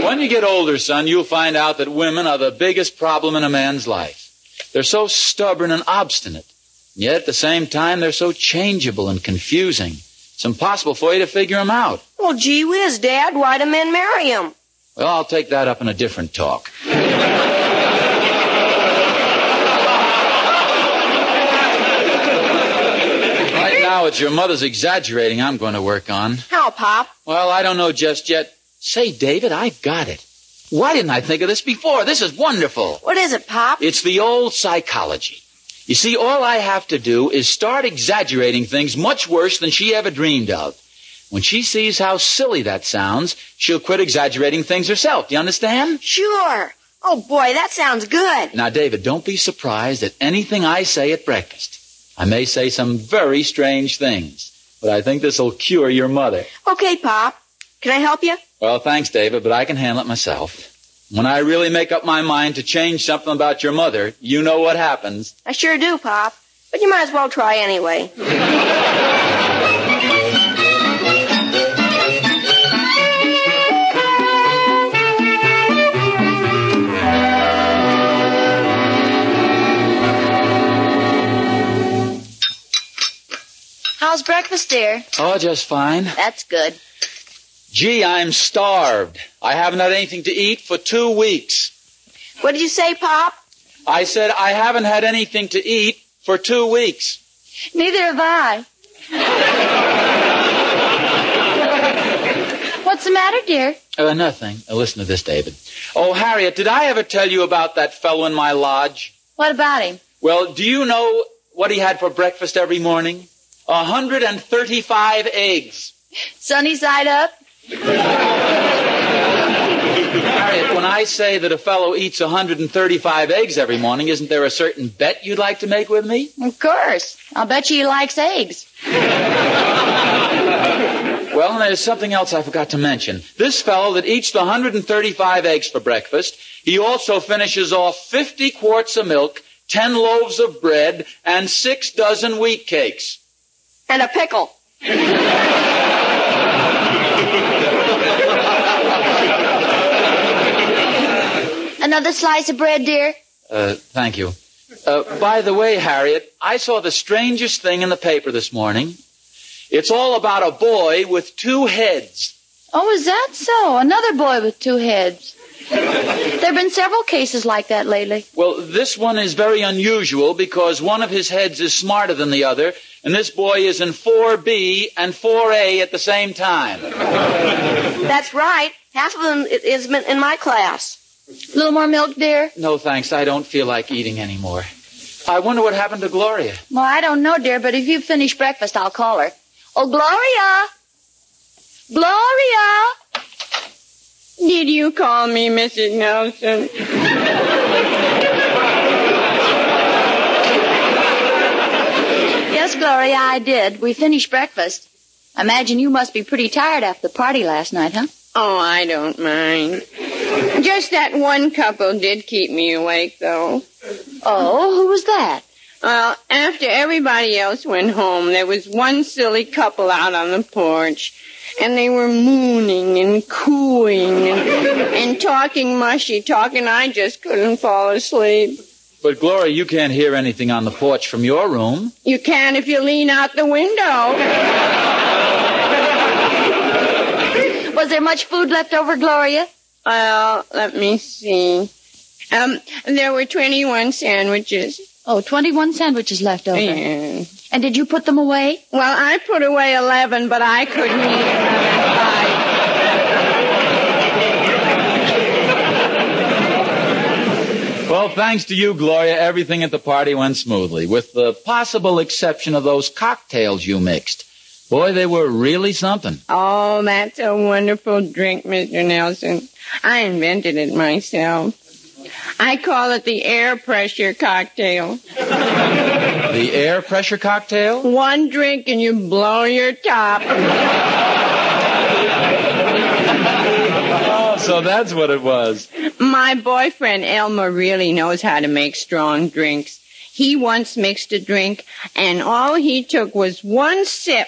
J: when you get older, son, you'll find out that women are the biggest problem in a man's life. They're so stubborn and obstinate. Yet at the same time, they're so changeable and confusing. It's impossible for you to figure 'em out.
L: Well, gee whiz, Dad. Why do men marry 'em?
J: Well, I'll take that up in a different talk. right now, it's your mother's exaggerating I'm going to work on.
L: How, Pop?
J: Well, I don't know just yet. Say, David, I got it. Why didn't I think of this before? This is wonderful.
L: What is it, Pop?
J: It's the old psychology. You see, all I have to do is start exaggerating things much worse than she ever dreamed of. When she sees how silly that sounds, she'll quit exaggerating things herself. Do you understand?
L: Sure. Oh, boy, that sounds good.
J: Now, David, don't be surprised at anything I say at breakfast. I may say some very strange things, but I think this'll cure your mother.
L: Okay, Pop. Can I help you?
J: Well, thanks, David, but I can handle it myself. When I really make up my mind to change something about your mother, you know what happens.
L: I sure do, Pop. But you might as well try anyway.
K: How's breakfast, dear?
J: Oh, just fine.
K: That's good.
J: Gee, I'm starved. I haven't had anything to eat for two weeks.
L: What did you say, Pop?
J: I said I haven't had anything to eat for two weeks.
K: Neither have I. What's the matter, dear?
J: Uh, nothing. Uh, listen to this, David. Oh, Harriet, did I ever tell you about that fellow in my lodge?
K: What about him?
J: Well, do you know what he had for breakfast every morning? A 135 eggs.
K: Sunny side up?
J: Harriet, when I say that a fellow eats 135 eggs every morning, isn't there a certain bet you'd like to make with me?
K: Of course. I'll bet you he likes eggs.
J: Well, and there's something else I forgot to mention. This fellow that eats the 135 eggs for breakfast, he also finishes off 50 quarts of milk, 10 loaves of bread, and six dozen wheat cakes.
L: And a pickle.
K: Another slice of bread, dear?
J: Uh, thank you. Uh, by the way, Harriet, I saw the strangest thing in the paper this morning. It's all about a boy with two heads.
K: Oh, is that so? Another boy with two heads. there have been several cases like that lately.
J: Well, this one is very unusual because one of his heads is smarter than the other, and this boy is in 4B and 4A at the same time.
L: That's right. Half of them i- is in in my class.
K: A little more milk, dear?
J: No thanks, I don't feel like eating anymore. I wonder what happened to Gloria.
K: Well, I don't know, dear, but if you finish breakfast, I'll call her. Oh, Gloria! Gloria!
M: Did you call me Mrs. Nelson?
K: Yes, Gloria, I did. We finished breakfast. Imagine you must be pretty tired after the party last night, huh?
M: Oh, I don't mind. Just that one couple did keep me awake, though.
K: Oh, who was that?
M: Well, after everybody else went home, there was one silly couple out on the porch, and they were mooning and cooing and, and talking mushy, talking I just couldn't fall asleep.
J: But, Gloria, you can't hear anything on the porch from your room.
M: You can if you lean out the window.
K: Was there much food left over, Gloria?
M: Well, let me see. Um, there were 21 sandwiches.
K: Oh, 21 sandwiches left over.
M: Yeah.
K: And did you put them away?
M: Well, I put away 11, but I couldn't eat another
J: Well, thanks to you, Gloria, everything at the party went smoothly, with the possible exception of those cocktails you mixed. Boy, they were really something.
M: Oh, that's a wonderful drink, Mr. Nelson. I invented it myself. I call it the air pressure cocktail.
J: The air pressure cocktail?
M: One drink and you blow your top.
J: Oh, so that's what it was.
M: My boyfriend Elmer really knows how to make strong drinks. He once mixed a drink, and all he took was one sip,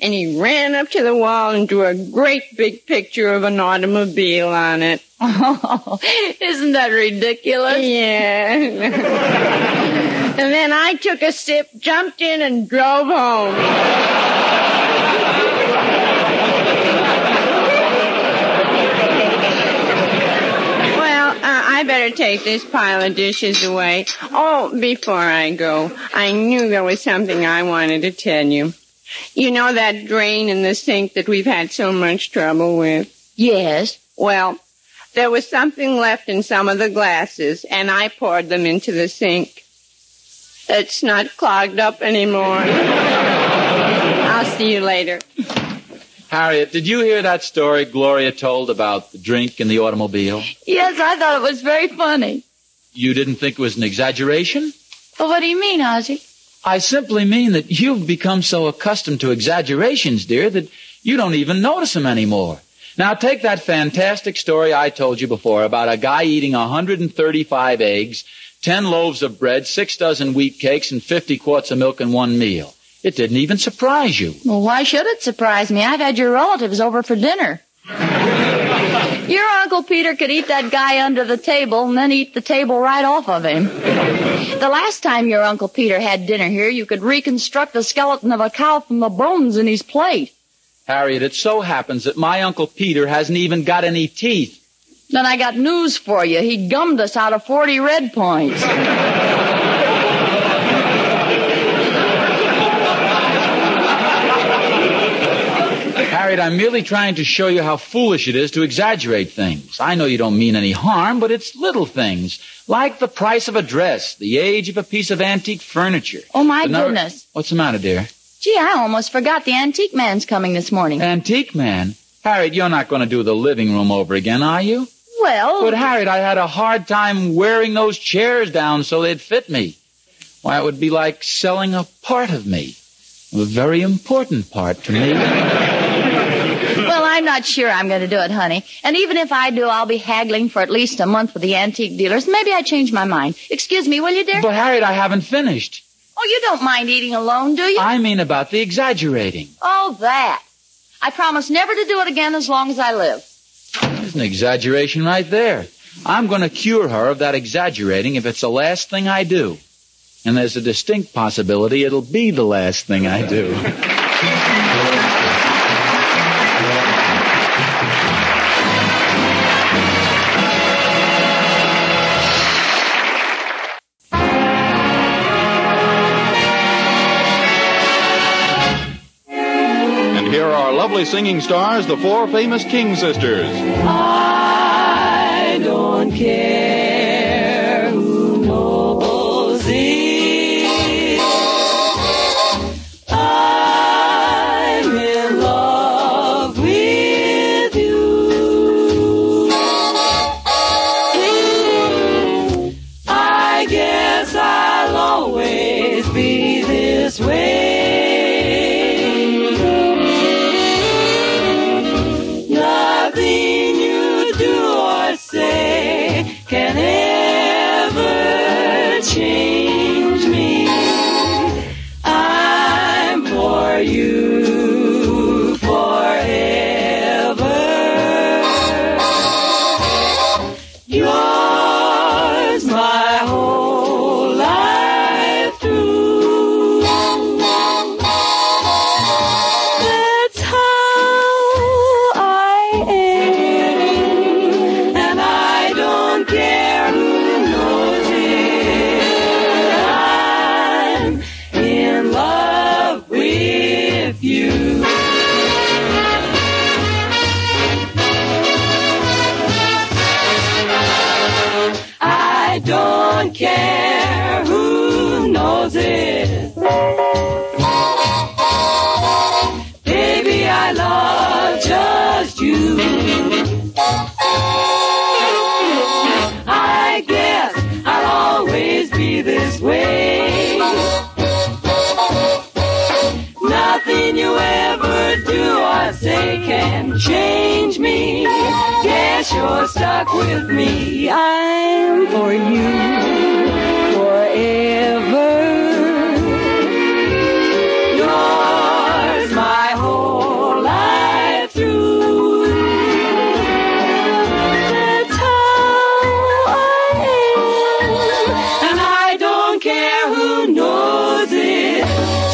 M: and he ran up to the wall and drew a great big picture of an automobile on it.
K: Oh, isn't that ridiculous?
M: Yeah. and then I took a sip, jumped in, and drove home. Well, uh, I better take this pile of dishes away. Oh, before I go, I knew there was something I wanted to tell you. You know that drain in the sink that we've had so much trouble with?
K: Yes.
M: Well, there was something left in some of the glasses, and I poured them into the sink. It's not clogged up anymore. I'll see you later.
J: Harriet, did you hear that story Gloria told about the drink and the automobile?
K: Yes, I thought it was very funny.
J: You didn't think it was an exaggeration?
K: Well, what do you mean, Ozzy?
J: I simply mean that you've become so accustomed to exaggerations, dear, that you don't even notice them anymore. Now take that fantastic story I told you before about a guy eating 135 eggs, 10 loaves of bread, 6 dozen wheat cakes, and 50 quarts of milk in one meal. It didn't even surprise you.
K: Well, why should it surprise me? I've had your relatives over for dinner. your Uncle Peter could eat that guy under the table and then eat the table right off of him. The last time your Uncle Peter had dinner here, you could reconstruct the skeleton of a cow from the bones in his plate.
J: Harriet, it so happens that my Uncle Peter hasn't even got any teeth.
K: Then I got news for you. He gummed us out of 40 red points.
J: Harriet, I'm merely trying to show you how foolish it is to exaggerate things. I know you don't mean any harm, but it's little things, like the price of a dress, the age of a piece of antique furniture.
K: Oh, my
J: The number-
K: goodness.
J: What's the matter, dear?
K: Gee, I almost forgot the antique man's coming this morning.
J: Antique man? Harriet, you're not going to do the living room over again, are you?
K: Well,
J: But, Harriet, I had a hard time wearing those chairs down so they'd fit me. Why, it would be like selling a part of me. A very important part to me.
K: well, I'm not sure I'm going to do it, honey. And even if I do, I'll be haggling for at least a month with the antique dealers. Maybe I change my mind. Excuse me, will you, dear?
J: But, Harriet, I haven't finished.
K: Oh, you don't mind eating alone, do you?
J: I mean about the exaggerating.
K: Oh, that. I promise never to do it again as long as I live.
J: There's an exaggeration right there. I'm going to cure her of that exaggerating if it's the last thing I do. And there's a distinct possibility it'll be the last thing I do.
I: And here are lovely singing stars, the four famous King sisters.
N: I don't care who knows thee. I'm in love with you. I guess I'll always be this way. Nothing you do or say can don't care who knows it. Baby, I love just you. I guess I'll always be this way. Nothing you ever do or say can change me. Guess you're stuck with me. I'm for you forever. Yours my whole life through. That's how I am, and I don't care who knows it.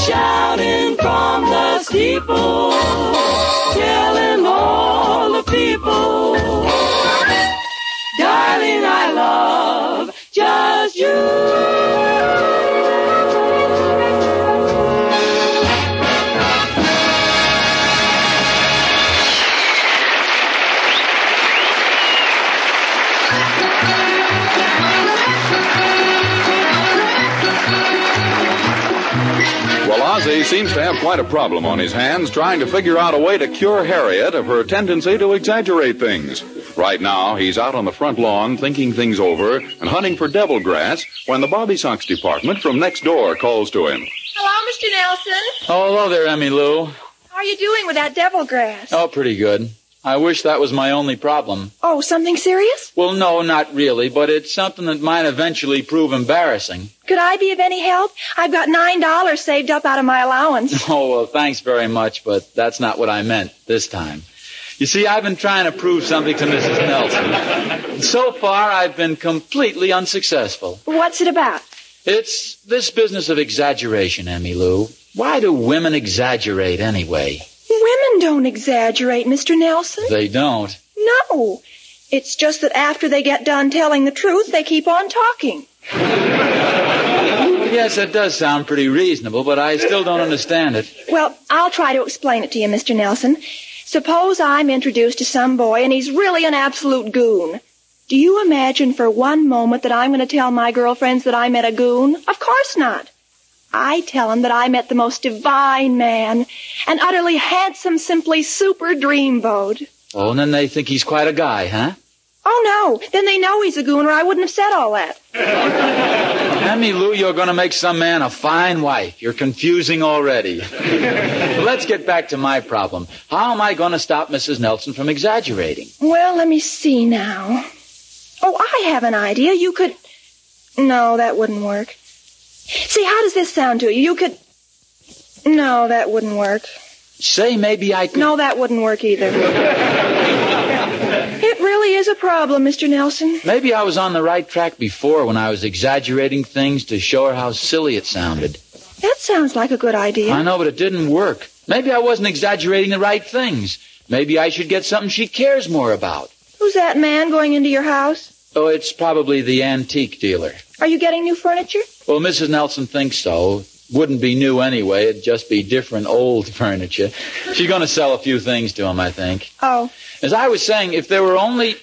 N: Shouting from the steeple, telling all the people, darling, I love just you.
I: Well, Ozzy seems to have quite a problem on his hands trying to figure out a way to cure Harriet of her tendency to exaggerate things. Right now, he's out on the front lawn thinking things over and hunting for devil grass when the Bobby Sox department from next door calls to him.
O: Hello, Mr. Nelson.
J: Oh, hello there, Emmy Lou.
O: How are you doing with that devil grass?
J: Oh, pretty good. I wish that was my only problem.
O: Oh, something serious?
J: Well, no, not really, but it's something that might eventually prove embarrassing.
O: Could I be of any help? I've got nine dollars saved up out of my allowance.
J: Oh, well, thanks very much, but that's not what I meant this time. You see, I've been trying to prove something to Mrs. Nelson. So far, I've been completely unsuccessful.
O: What's it about?
J: It's this business of exaggeration, Emmy Lou. Why do women exaggerate anyway?
O: Women don't exaggerate, Mr. Nelson.
J: They don't.
O: No. It's just that after they get done telling the truth, they keep on talking.
J: Yes, that does sound pretty reasonable, but I still don't understand it.
O: Well, I'll try to explain it to you, Mr. Nelson. Suppose I'm introduced to some boy and he's really an absolute goon. Do you imagine for one moment that I'm going to tell my girlfriends that I met a goon? Of course not. I tell 'em that I met the most divine man, an utterly handsome, simply super dreamboat.
J: Oh, and then they think he's quite a guy, huh?
O: Oh no, then they know he's a goon or I wouldn't have said all that.
J: Emmy Lou, you're going to make some man a fine wife. You're confusing already. But let's get back to my problem. How am I going to stop Mrs. Nelson from exaggerating?
O: Well, let me see now. Oh, I have an idea. You could. No, that wouldn't work. See, how does this sound to you? You could. No, that wouldn't work.
J: Say maybe I could.
O: No, that wouldn't work either. it really is a problem, Mr. Nelson.
J: Maybe I was on the right track before when I was exaggerating things to show her how silly it sounded.
O: That sounds like a good idea.
J: I know, but it didn't work. Maybe I wasn't exaggerating the right things. Maybe I should get something she cares more about.
O: Who's that man going into your house?
J: Oh, it's probably the antique dealer.
O: Are you getting new furniture?
J: Well, Mrs. Nelson thinks so. Wouldn't be new anyway. It'd just be different old furniture. She's going to sell a few things to him, I think.
O: Oh.
J: As I was saying, if there were only.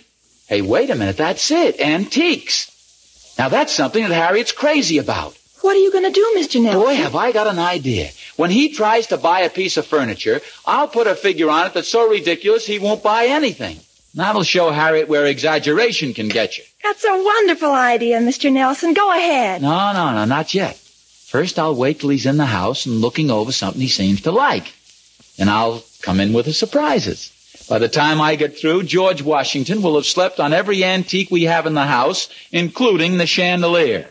J: Hey, wait a minute. That's it. Antiques. Now, that's something that Harriet's crazy about.
O: What are you going to do, Mr. Nelson?
J: Boy, have I got an idea. When he tries to buy a piece of furniture, I'll put a figure on it that's so ridiculous he won't buy anything. That'll show Harriet where exaggeration can get you.
O: That's a wonderful idea, Mr. Nelson. Go ahead.
J: No, no, no, not yet. First, I'll wait till he's in the house and looking over something he seems to like. Then I'll come in with the surprises. By the time I get through, George Washington will have slept on every antique we have in the house, including the chandelier.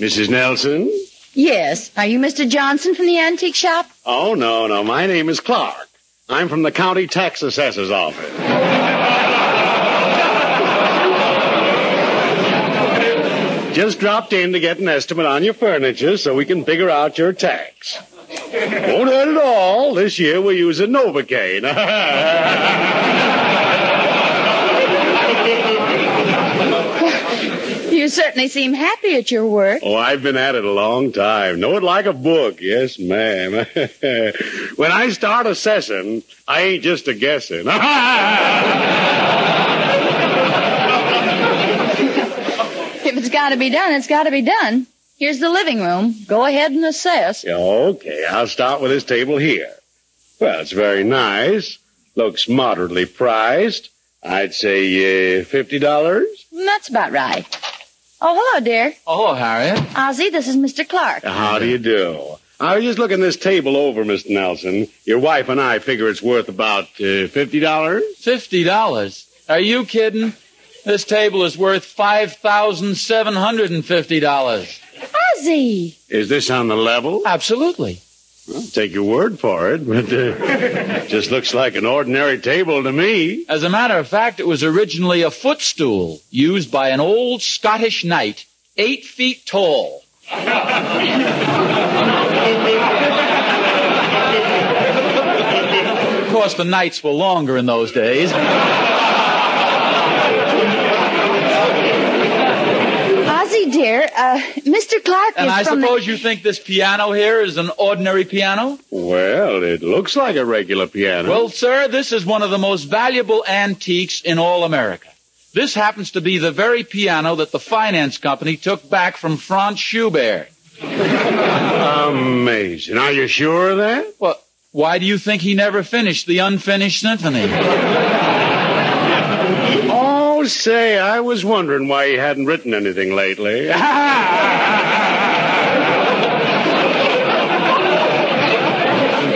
P: Mrs. Nelson?
K: Yes. Are you Mr. Johnson from the antique shop?
P: Oh, no, no. My name is Clark. I'm from the county tax assessor's office. Just dropped in to get an estimate on your furniture so we can figure out your tax. Won't hurt at all. This year we're using Novocaine.
K: You certainly seem happy at your work.
P: Oh, I've been at it a long time. Know it like a book. Yes, ma'am. when I start assessing, I ain't just a guessing.
K: If it's got to be done, it's got to be done. Here's the living room. Go ahead and assess.
P: Yeah, okay, I'll start with this table here. Well, it's very nice. Looks moderately priced. I'd say uh, $50.
K: That's about right. Oh, hello, dear.
P: Oh, Harriet.
K: Ozzy, this is Mr. Clark.
P: How do you do? I was just looking this table over, Mr. Nelson. Your wife and I figure it's worth about uh, $50.
J: $50? Are you kidding? This table is worth $5,750.
K: Ozzy!
P: Is this on the level?
J: Absolutely.
P: Well, take your word for it, but uh, just looks like an ordinary table to me.
J: As a matter of fact, it was originally a footstool used by an old Scottish knight, eight feet tall. Of course, the nights were longer in those days.
K: Ozzy, dear, uh, Mr. Clark
J: Uh-huh. And
K: is
J: I
K: from the-
J: suppose you think this piano here is an ordinary piano?
P: Well, it looks like a regular piano.
J: Well, sir, this is one of the most valuable antiques in all America. This happens to be the very piano that the finance company took back from Franz Schubert.
P: Um, Amazing. Are you sure of that?
J: Well, why do you think he never finished the unfinished symphony?
P: Oh, say, I was wondering why he hadn't written anything lately.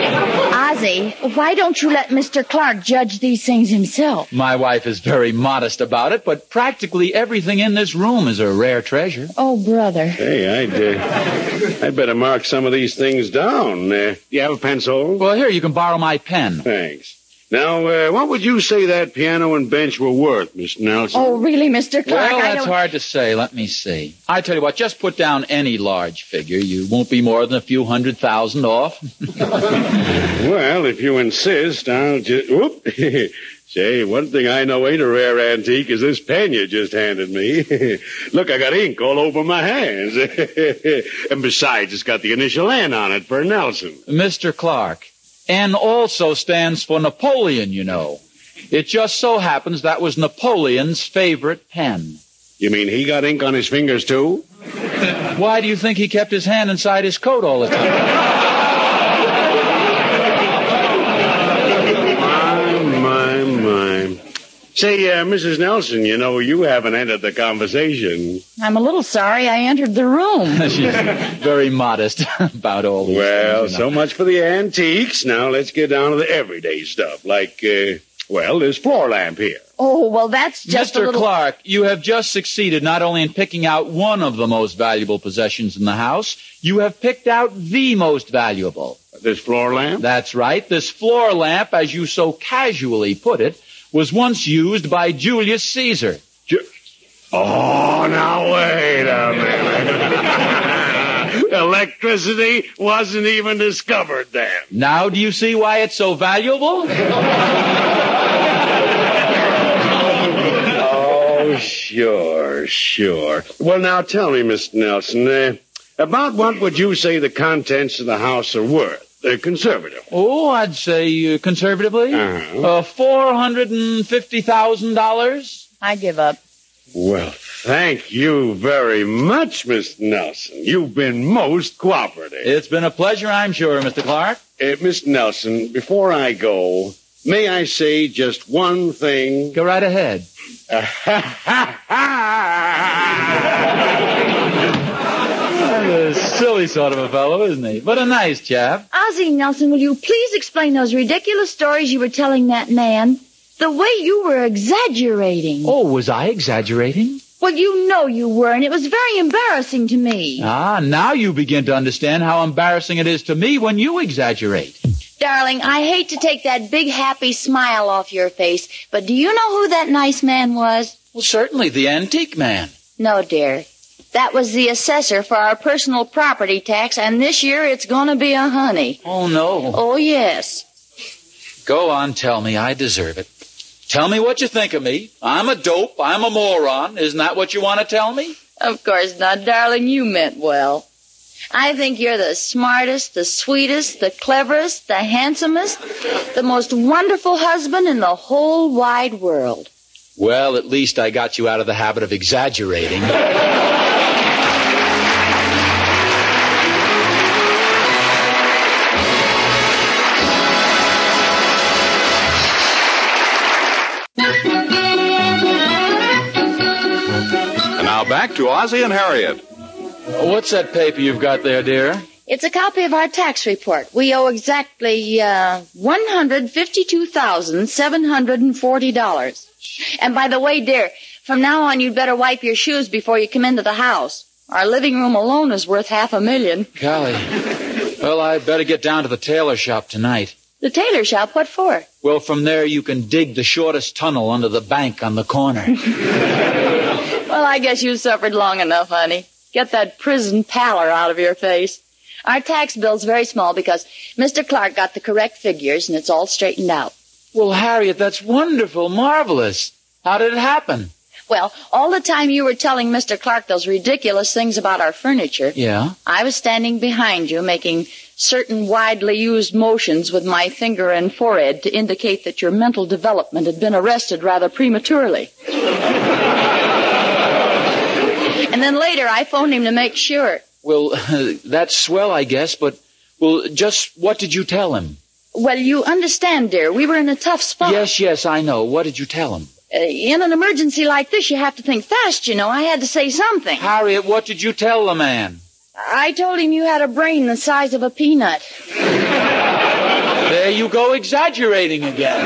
K: Ozzy, why don't you let Mr. Clark judge these things himself?
J: My wife is very modest about it, but practically everything in this room is a rare treasure.
K: Oh, brother.
P: Hey, I'd, uh, I'd better mark some of these things down. Uh, you have a pencil?
J: Well, here, you can borrow my pen.
P: Thanks. Now, uh, what would you say that piano and bench were worth, Miss Nelson?
K: Oh, really, Mr. Clark?
J: Well,
K: I
J: that's
K: don't...
J: hard to say. Let me see. I tell you what, just put down any large figure. You won't be more than a few hundred thousand off.
P: Well, if you insist, I'll just. Whoop. Say, one thing I know ain't a rare antique is this pen you just handed me. Look, I got ink all over my hands. and besides, it's got the initial N on it for Nelson.
J: Mr. Clark, N also stands for Napoleon, you know. It just so happens that was Napoleon's favorite pen.
P: You mean he got ink on his fingers, too?
J: Why do you think he kept his hand inside his coat all the time?
P: My, Oh, my, my. Say, uh, Mrs. Nelson, you know, you haven't ended the conversation.
K: I'm a little sorry I entered the room.
J: She's very modest about all these
P: Well,
J: things. you know.
P: so much for the antiques. Now let's get down to the everyday stuff, like, uh, well, this floor lamp here.
K: oh, well, that's just a
J: Mr.
K: little...
J: Clark, you have just succeeded not only in picking out one of the most valuable possessions in the house, you have picked out the most valuable.
P: This floor lamp?
J: That's right. This floor lamp, as you so casually put it, was once used by Julius Caesar.
P: Oh, now wait a minute. Electricity wasn't even discovered then.
J: Now do you see why it's so valuable?
P: Oh, sure, sure. Well, now tell me, Miss Nelson, uh, about what would you say the contents of the house are worth? Uh, conservative.
J: Oh, I'd say uh, conservatively,
P: Uh-huh.
J: uh, $450,000.
K: I give up.
P: Well, thank you very much, Miss Nelson. You've been most cooperative.
J: It's been a pleasure, I'm sure, Mr. Clark.
P: Uh, Miss Nelson, before I go, may I say just one thing?
J: Go right ahead. Kind of a silly sort of a fellow, isn't he? But a nice chap.
K: Ozzy Nelson, will you please explain those ridiculous stories you were telling that man? The way you were exaggerating.
J: Oh, was I exaggerating?
K: Well, you know you were, and it was very embarrassing to me.
J: Ah, now you begin to understand how embarrassing it is to me when you exaggerate.
K: Darling, I hate to take that big happy smile off your face, but do you know who that nice man was?
J: Well, certainly the antique man.
K: No, dear. That was the assessor for our personal property tax, and this year it's gonna be a honey.
J: Oh, no.
K: Oh, yes.
J: Go on, tell me. I deserve it. Tell me what you think of me. I'm a dope. I'm a moron. Isn't that what you want to tell me?
K: Of course not, darling. You meant well. I think you're the smartest, the sweetest, the cleverest, the handsomest, the most wonderful husband in the whole wide world.
J: Well, at least I got you out of the habit of exaggerating.
I: And now back to Ozzie and Harriet.
J: What's that paper you've got there, dear?
K: It's a copy of our tax report. We owe exactly uh, one hundred fifty-two thousand seven hundred and forty dollars. And by the way, dear, from now on you'd better wipe your shoes before you come into the house. Our living room alone is worth half a million.
J: Golly. Well, I better get down to the tailor shop tonight.
K: The tailor shop, what for?
J: Well, from there you can dig the shortest tunnel under the bank on the corner.
K: Well, I guess you suffered long enough, honey. Get that prison pallor out of your face. Our tax bill's very small because Mr. Clark got the correct figures and it's all straightened out.
J: Well, Harriet, that's wonderful, marvelous. How did it happen?
K: Well, all the time you were telling Mr. Clark those ridiculous things about our furniture,
J: Yeah?
K: I was standing behind you making certain widely used motions with my finger and forehead to indicate that your mental development had been arrested rather prematurely. and then later I phoned him to make sure.
J: Well, that's swell, I guess, but, well, just what did you tell him?
K: Well, you understand, dear, we were in a tough spot.
J: Yes, yes, I know. What did you tell him?
K: Uh, in an emergency like this, you have to think fast, you know. I had to say something.
J: Harriet, what did you tell the man?
K: I told him you had a brain the size of a peanut.
J: There you go, exaggerating again.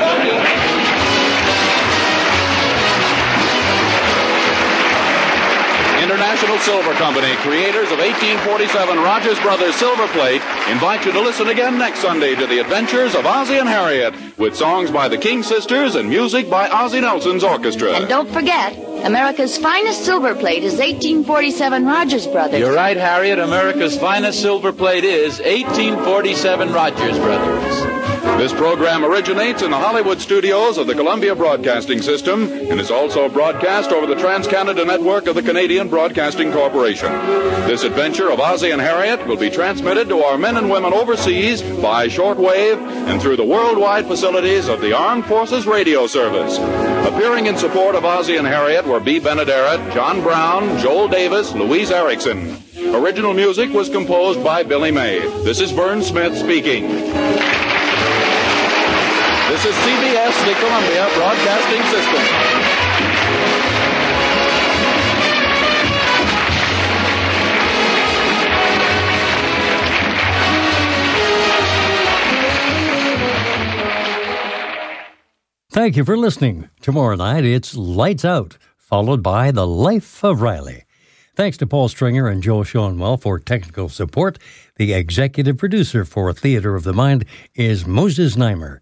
I: International Silver Company, creators of 1847 Rogers Brothers Silver Plate, invite you to listen again next Sunday to the adventures of Ozzie and Harriet with songs by the King Sisters and music by Ozzie Nelson's orchestra.
K: And don't forget, America's finest silver plate is 1847 Rogers Brothers.
J: You're right, Harriet. America's finest silver plate is 1847 Rogers Brothers.
I: This program originates in the Hollywood studios of the Columbia Broadcasting System and is also broadcast over the Trans Canada Network of the Canadian Broadcasting Corporation. This adventure of Ozzie and Harriet will be transmitted to our men and women overseas by shortwave and through the worldwide facilities of the Armed Forces Radio Service. Appearing in support of Ozzie and Harriet were B. Benaderet, John Brown, Joel Davis, Louise Erickson. Original music was composed by Billy May. This is Vern Smith speaking. This is CBS, the Columbia Broadcasting System.
A: Thank you for listening. Tomorrow night, it's Lights Out, followed by The Life of Riley. Thanks to Paul Stringer and Joel Schoenwell for technical support. The executive producer for Theater of the Mind is Moses Neimer.